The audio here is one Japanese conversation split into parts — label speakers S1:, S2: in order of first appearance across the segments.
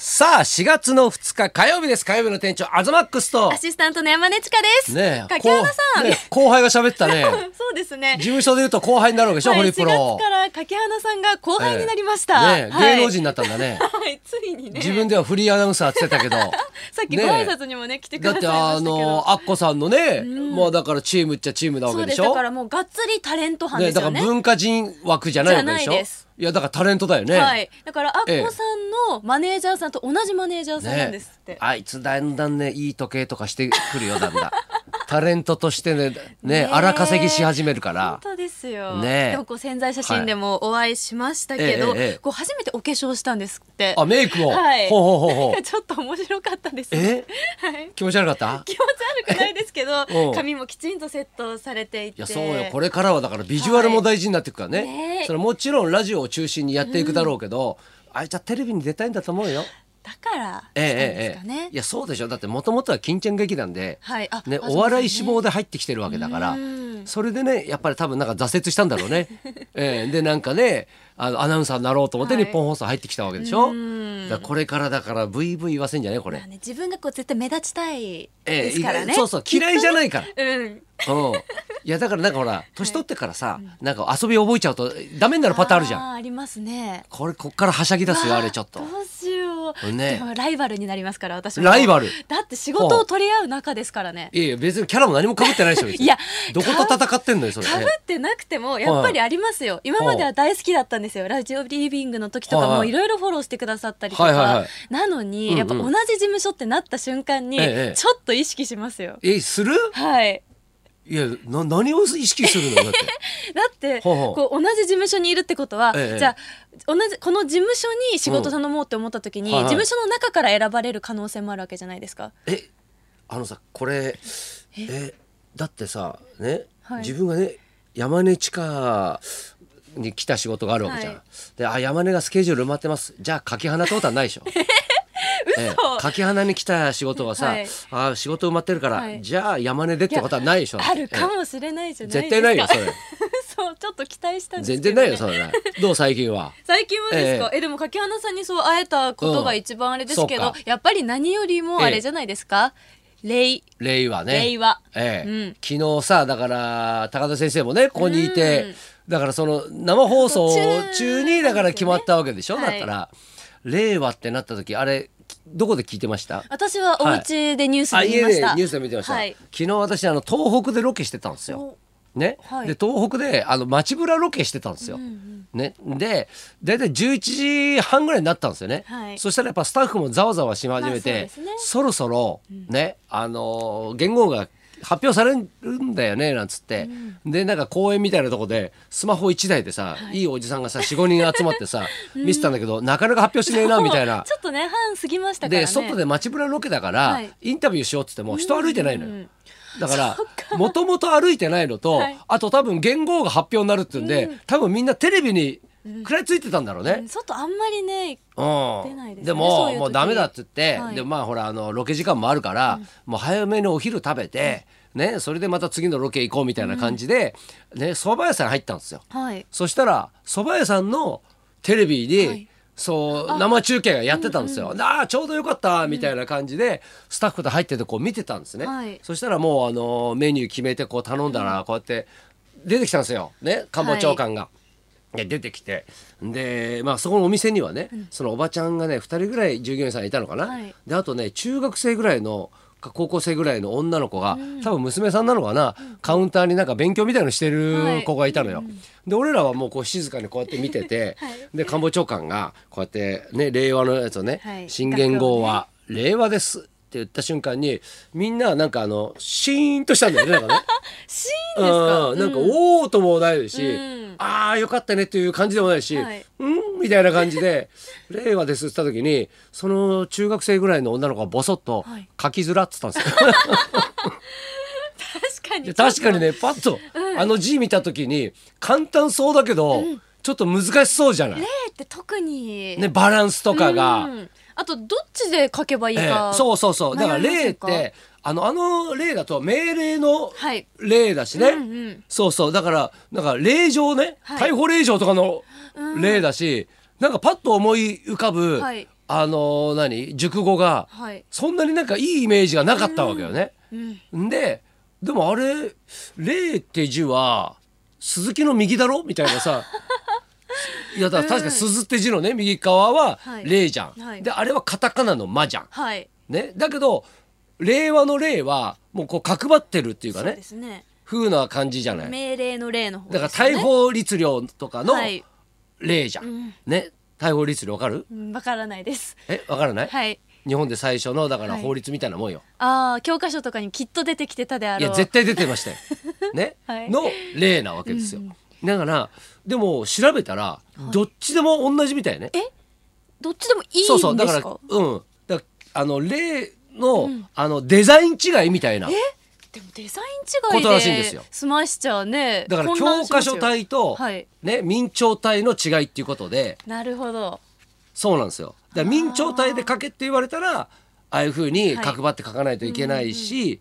S1: さあ4月の2日火曜日です火曜日の店長アズマックスと
S2: アシスタントの山根千佳です。
S1: ねえ
S2: 柿花さん。
S1: こうね後輩が喋ったね
S2: そうですね。
S1: 事務所で言うと後輩になるわけでしょ、
S2: はい
S1: ホリ
S2: 1
S1: プ
S2: 月
S1: ロ
S2: から柿花さんが後輩になりました。
S1: ええねえ
S2: はい
S1: 芸能人になったんだ ね
S2: はい、ついにね。
S1: 自分ではフリーアナウンサーって言ってた けど
S2: さっき
S1: ね
S2: ご
S1: え
S2: 挨拶にもね、来てく
S1: だ
S2: だ
S1: っ
S2: さい
S1: て
S2: ました
S1: あ
S2: け
S1: の
S2: ど。
S1: アッコさんのね、まあだからチームっちゃチームなわ
S2: そ
S1: け
S2: う
S1: でし
S2: です。だ
S1: ょ
S2: からもうがっつりタレント班
S1: ね
S2: で
S1: え
S2: す
S1: だか
S2: よ
S1: ら
S2: ね。
S1: 文化人枠じゃないわけでし
S2: じ
S1: ょ
S2: ゃないです
S1: やだからタレントだよね、
S2: はい。だからア
S1: ええ
S2: ッコさんのマネージャーさんと同じマネージャーさんなんですって。
S1: あいつだんだんねいい時計とかしてくるよだんだんタレントとしてねね
S2: ねえ
S1: 荒稼ぎし始めるから
S2: 本当ですよ、
S1: ねえ
S2: でもこう潜在写真でもお会いしましたけど、
S1: はいええええ
S2: こう初めてお化粧したんですって
S1: あメイクを、
S2: はい
S1: ほうほうほうほう
S2: なんかちょっと面白かったです
S1: え
S2: はい
S1: 気持ち悪かった
S2: 気持ち悪くないですけ
S1: うん
S2: ど髪もきちんとセットされていて
S1: いやそうよこれからはだからビジュアルも大事になっていくからね,、
S2: はいねえ
S1: それもちろんラジオを中心にやっていくだろうけど、あいつはテレビに出たいんだと思うよ。
S2: だから
S1: ええ
S2: 来たんですか
S1: えええ
S2: ね
S1: え、いやそうでしょだってもともとは金ちゃん劇団で、
S2: はいあ
S1: ね、
S2: あ
S1: お笑い志
S2: そうですね
S1: 望で入ってきてるわけだから
S2: うん
S1: それでねやっぱり多分なんか挫折したんだろうね、 ええでなんかねあのアナウンサーになろうと思って
S2: はい
S1: 日本放送入ってきたわけでしょ、
S2: うん
S1: だからこれからだからブイブイ言わせんじゃねこれ
S2: まあ、ね自分がこう絶対目立ちたい
S1: ええ
S2: ですからね、
S1: 意外そうそう嫌いじゃないから
S2: うん
S1: うん、いやだからなんかほら年取ってからさ、なんか遊び覚えちゃうとダメになるパターンあるじゃん
S2: あーありますね
S1: これこっからはしゃぎ出すよあれちょっと
S2: わあどうしよう、
S1: ね
S2: でもライバルになりますから私も
S1: ライバル
S2: だって仕事を取り合う中ですからね
S1: いやいや別にキャラも何もかぶってないでしょ別に
S2: いや
S1: どこと戦ってんのよそれ
S2: かぶってなくてもやっぱりありますよ、今までは大好きだったんですよラジオリービングの時とか
S1: はい
S2: も
S1: はい
S2: いろいろフォローしてくださったりとか、
S1: はいはいはい
S2: なのに、
S1: うんうん
S2: やっぱ同じ事務所ってなった瞬間に、
S1: ええええ
S2: ちょっと意識しますよ
S1: えする
S2: はい
S1: いやな何を意識するのだって
S2: だって
S1: ほうほう
S2: こう同じ事務所にいるってことは、
S1: ええ
S2: じゃあ同じこの事務所に仕事頼もうって思った時に、
S1: うんはいはい
S2: 事務所の中から選ばれる可能性もあるわけじゃないですか
S1: えあのさこれえだってさね、
S2: はい
S1: 自分がね山根地下に来た仕事があるわけじゃん、
S2: はい
S1: であ山根がスケジュール埋まってますじゃあ柿花ってことはないで しょええ柿花に来た仕事はさ、
S2: はい
S1: あ仕事埋まってるから、
S2: はい
S1: じゃあ山根でってことはないでしょ
S2: あるか
S1: え
S2: もしれないじ
S1: え
S2: ゃないで
S1: 絶
S2: すか
S1: 対ないよそれ
S2: そうちょっと期待したんですけど、
S1: 全
S2: ね、
S1: 然ないよそれどう最近は
S2: 最近はですか
S1: え、
S2: えでも柿花さんにそう会えたことが一番あれですけ
S1: うん
S2: ど、
S1: そう
S2: やっぱり何よりもあれじゃないですか、礼
S1: 令和ね
S2: 令和
S1: ええ
S2: うん
S1: 昨日さだから高田先生もねここにいて、
S2: うん
S1: だからその生放送
S2: 中
S1: 中にだから決まったわけでしょ、
S2: はい
S1: だから令和ってなった時あれきどこで聞いてました
S2: 私はお家でニュース
S1: あ
S2: で見
S1: 家
S2: まし
S1: で
S2: た、
S1: ニュースで見てました、
S2: はい
S1: 昨日私あの東北でロケしてたんですよ
S2: お、
S1: ね
S2: はい
S1: で東北であの街ぶらロケしてたんですよ、
S2: うんうん
S1: ね、で大体11時半ぐらいになったんですよね、
S2: はい
S1: そしたらやっぱスタッフもざわざわし始めて、
S2: まあそうですね
S1: そろそろね、あのー言語が発表されるんだよねなんつって、でなんか公園みたいなとこでスマホ1台でさ、い、いおじさんがさ45人集まって さ、見せたんだけどなかなか発表しねえなみたいな
S2: ちょっとね半過ぎましたからね
S1: で外で街ぶらロケだから、
S2: はい
S1: インタビューしようっつっても人歩いてないのよ。
S2: うんうん
S1: だからもともと歩いてないのと、
S2: はい
S1: あと多分元号が発表になるっていうんで、多分みんなテレビに食らいついてたんだろう
S2: う
S1: ね
S2: ん。外あんまりね
S1: うん
S2: 出ないですね
S1: も
S2: そういう時
S1: もうダメだって言って、
S2: はい
S1: でまあほらあのロケ時間もあるから、もう早めにお昼食べて、ね、それでまた次のロケ行こうみたいな感じで、ね蕎麦屋さん入ったんですよ。
S2: はい
S1: そしたら蕎麦屋さんのテレビに、
S2: はい
S1: そう生中継がやってたんですよ。ああちょうどよかったみたいな感じで、スタッフと入っててこう見てたんですね。
S2: はい
S1: そしたらもうあのメニュー決めてこう頼んだらこうやって出てきたんですよ。ね官房長官が。で出てきてで、まあ、そこのお店にはね、そのおばちゃんがね2人ぐらい従業員さんいたのかな、
S2: はい
S1: であとね中学生ぐらいのか高校生ぐらいの女の子が、多分娘さんなのかな、カウンターになんか勉強みたいのしてる子がいたのよ。で俺らはもうこう静かにこうやって見てて、 で官房長官がこうやってね令和のやつをね、
S2: はい
S1: 新元号は令和ですって言った瞬間にみんななんかあのシーンとしたんだよねなん かね。
S2: シーンですか、
S1: うんなんかおおともないし、
S2: うん
S1: ああよかったねっていう感じでもないし、
S2: はい
S1: うんみたいな感じで 「令和です」って言った時にその中学生ぐらいの女の子がボソッと
S2: はい
S1: 「書きづら」っつったんですよ。
S2: 確かに
S1: で確かにねパッと、あの字見た時に簡単そうだけど、ちょっと難しそうじゃない、
S2: 例って特に
S1: ね、バランスとかが。
S2: うんあとどっちで書けばいいか、
S1: ええそうそうそうだから
S2: 悩みませ
S1: 例っ
S2: んか
S1: てあのあの例だと命令の
S2: はい
S1: 例だしね、
S2: うんうん
S1: そうそうだからなんか令状ね、
S2: はい
S1: 逮捕令状とかの例だし、なんかパッと思い浮かぶ、
S2: はい
S1: あの何熟語が
S2: はい。
S1: そんなになんかいいイメージがなかったわけよね。
S2: うん。
S1: ででもあれ「霊」って字は鈴木の右だろみたいな さいやだから確か鈴って字のね右側は
S2: は
S1: 「
S2: い
S1: 霊」じゃん、
S2: はい
S1: であれはカタカナの「マ」じゃん。
S2: はい。
S1: ね、だけど令和の「霊」はもうこう角張ってるっていう
S2: そ
S1: か
S2: う
S1: ね
S2: ですね。
S1: 風な感じじゃない。
S2: 命令の例の
S1: だ
S2: 方
S1: から
S2: ですよね
S1: 大法律令とかの
S2: はい
S1: 例じゃん、
S2: うん
S1: ね大法律令わかる
S2: うんわからないです。
S1: えわからない、
S2: はい。
S1: 日本で最初のだから
S2: はい
S1: 法律みたいなもんよ、
S2: ああ、教科書とかにきっと出てきてたであ
S1: い、
S2: ろう。
S1: や絶対出てましたよ、 ね
S2: はい
S1: の例なわけですよ、だからでも調べたらどっちでも同じみたいね、
S2: えどっちでもいいんです
S1: そ
S2: か。
S1: うそうだからうんだからあの例の,、あのデザイン違いみたいな
S2: でもデザイン違い
S1: ことらしいんです
S2: で
S1: よ
S2: 済ましちゃうね。
S1: だから
S2: 混乱
S1: 教
S2: しま
S1: 科
S2: すよ
S1: 書体と、
S2: はい
S1: ね、明朝体の違いっていうことで
S2: なるほど。
S1: そうなんですよ。だから明朝体で書けって言われたらああいうふうに角張って書かないといけないし、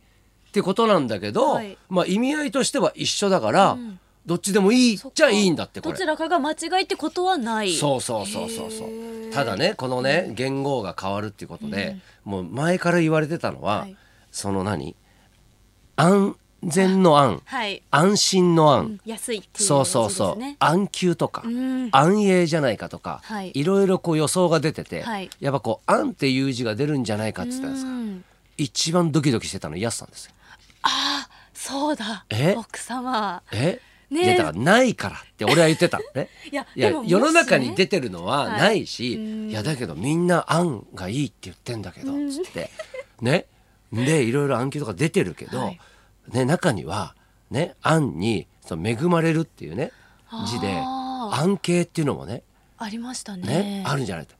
S1: ってことなんだけど、
S2: はい
S1: まあ意味合いとしては一緒だから、
S2: うん
S1: どっちでもいい
S2: そっか
S1: じゃいいんだってこ
S2: ど
S1: れ
S2: ち。らかが間違いってことはない。
S1: そうそうそうそうそ
S2: へー
S1: う。ただねこのね元号が変わるっていうことで、もう前から言われてたのは、
S2: はい
S1: その何安全の安
S2: はい。
S1: 安心の安、
S2: うん安いっていう字ですね。
S1: そうそうそう、安久とか、
S2: うん
S1: 安永じゃないかとか、
S2: はい
S1: い、ろいろこう予想が出てて、
S2: はい
S1: やっぱこう安っていう字が出るんじゃないかって言ってたんですが
S2: うん
S1: 一番ドキドキしてたの安さんですよ。
S2: ああ、そうだ。
S1: え
S2: 奥様。
S1: え
S2: ねえ
S1: いやだからないからって俺は言 ってたのね
S2: いや
S1: いや
S2: でももしね
S1: 世の中に出てるのはないし、
S2: はい
S1: い
S2: うん
S1: やだけどみんな「安がいいって言ってんだけど
S2: うん
S1: つってねでいろいろ暗記とか出てるけど、
S2: はい
S1: ね、中には、ね「安にその恵まれるっていうね字で
S2: あー
S1: 安慶っていうのもね
S2: ありました
S1: ね
S2: ね。
S1: あるんじゃないと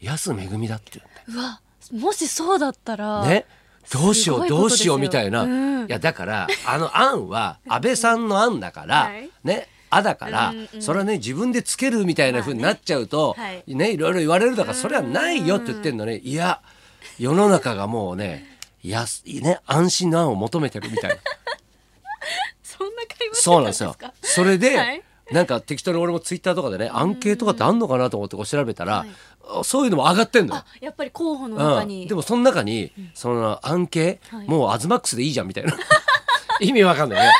S1: 安めぐみだって言うんだよ
S2: うわ、もしそうだったら。
S1: ねどうしよ
S2: すご
S1: う
S2: いこと
S1: どうしよう
S2: で
S1: み
S2: すよ
S1: たいな、
S2: う
S1: い
S2: ん
S1: やだからあの案は 安倍さんの案だから、
S2: はい
S1: ねあだから、
S2: うんうん
S1: それはね自分でつけるみたいな風になっちゃうと、
S2: まあね
S1: ねい、ろいろ言われるだからそれはないよって言ってんのねいや世の中がもうね安いね安心の案を求めてるみ たいな
S2: そんな会話して
S1: そうなんです
S2: た
S1: よ
S2: んか。
S1: それで、
S2: はい
S1: なんか適当に俺もツイッターとかでねアンケートとかってあんのかなと思ってこう調べたら、
S2: うん
S1: そういうのも上がってんのよ
S2: あ、。やっぱり候補の中
S1: うん、
S2: に。
S1: でもその中に、その案件、
S2: はい
S1: もうアズマックスでいいじゃんみたいな 意味わかんないね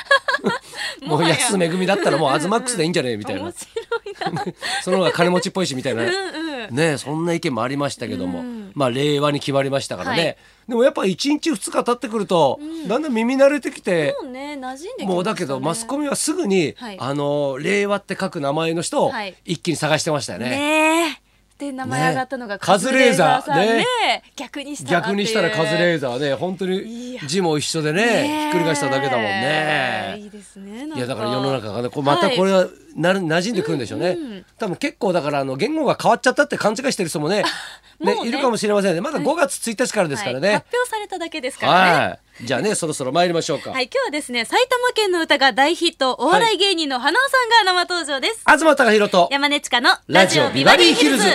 S1: もう
S2: もはや
S1: 安めぐみだったらもうアズマックスでいいんじゃねえみた いな
S2: 面白いな。
S1: その方が金持ちっぽいしみたいな
S2: うんうん。
S1: ねそんな意見もありましたけども、
S2: うん
S1: まあ令和に決まりましたからね、
S2: はい
S1: でもやっぱ1日2日経ってくると、
S2: うん
S1: だんだん耳慣れてきて、
S2: もうね、馴染んできましたね。
S1: もうだけどマスコミはすぐに、
S2: はい
S1: あの令和って書く名前の人を
S2: はい
S1: 一気に探してましたよね。
S2: ねえ。で名前上がったのが
S1: ねカズレーザー
S2: ね
S1: ね
S2: 逆にしたら
S1: 逆にしたらカズレー
S2: ザ
S1: ザーね本当
S2: い
S1: に
S2: や
S1: 字も一緒でねひっくり返しただけだもんね。
S2: いいですねなん
S1: いやだから世の中がねこう
S2: はい
S1: またこれはなる馴染んでくるんでしょうね、
S2: うんうん
S1: 多分結構だからあの言語が変わっちゃったって勘違いしてる人もね
S2: もう
S1: ね
S2: ね
S1: いるかもしれませんねまだ5月1日からですから
S2: はい
S1: ね
S2: 発、表されただけですか
S1: はい
S2: らね
S1: じゃあねそろそろ参りましょうか、
S2: はい今日はですね埼玉県の歌が大ヒットお笑い芸人の花尾さんが生登場です、
S1: 東貴博と
S2: 山根千佳のラ
S1: ラ
S2: ジ
S1: ジ
S2: オ
S1: オ
S2: ビ
S1: ビ
S2: バ
S1: バ
S2: リ
S1: リ
S2: ー
S1: ー
S2: ヒ
S1: ヒ
S2: ル
S1: ル
S2: ズ
S1: ズ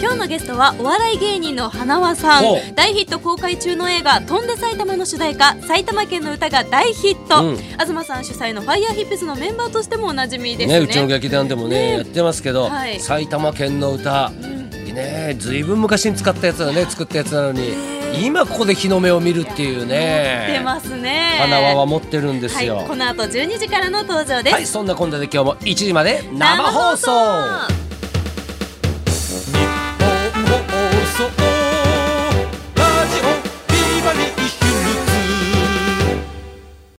S2: 今日のゲストはお笑い芸人の花輪さ
S1: ほ
S2: ん
S1: う
S2: 大ヒット公開中の映画「飛んで埼玉」の主題歌「埼玉県の歌」が大ヒット、
S1: うん
S2: 東さん主催のファイヤーヒップスのメンバーとしてもおなじみですね
S1: ねうちの劇団でもねやってますけど、
S2: はい
S1: 埼玉県の歌、ねずいぶん昔に使ったやつだね作ったやつなのに、今ここで日の目を見るっていう
S2: 出
S1: ね
S2: ますね
S1: 花輪は持ってるんですよ、
S2: はい、この後12時からの登場です、
S1: はい、そんなこんなで今日も1時まで生放送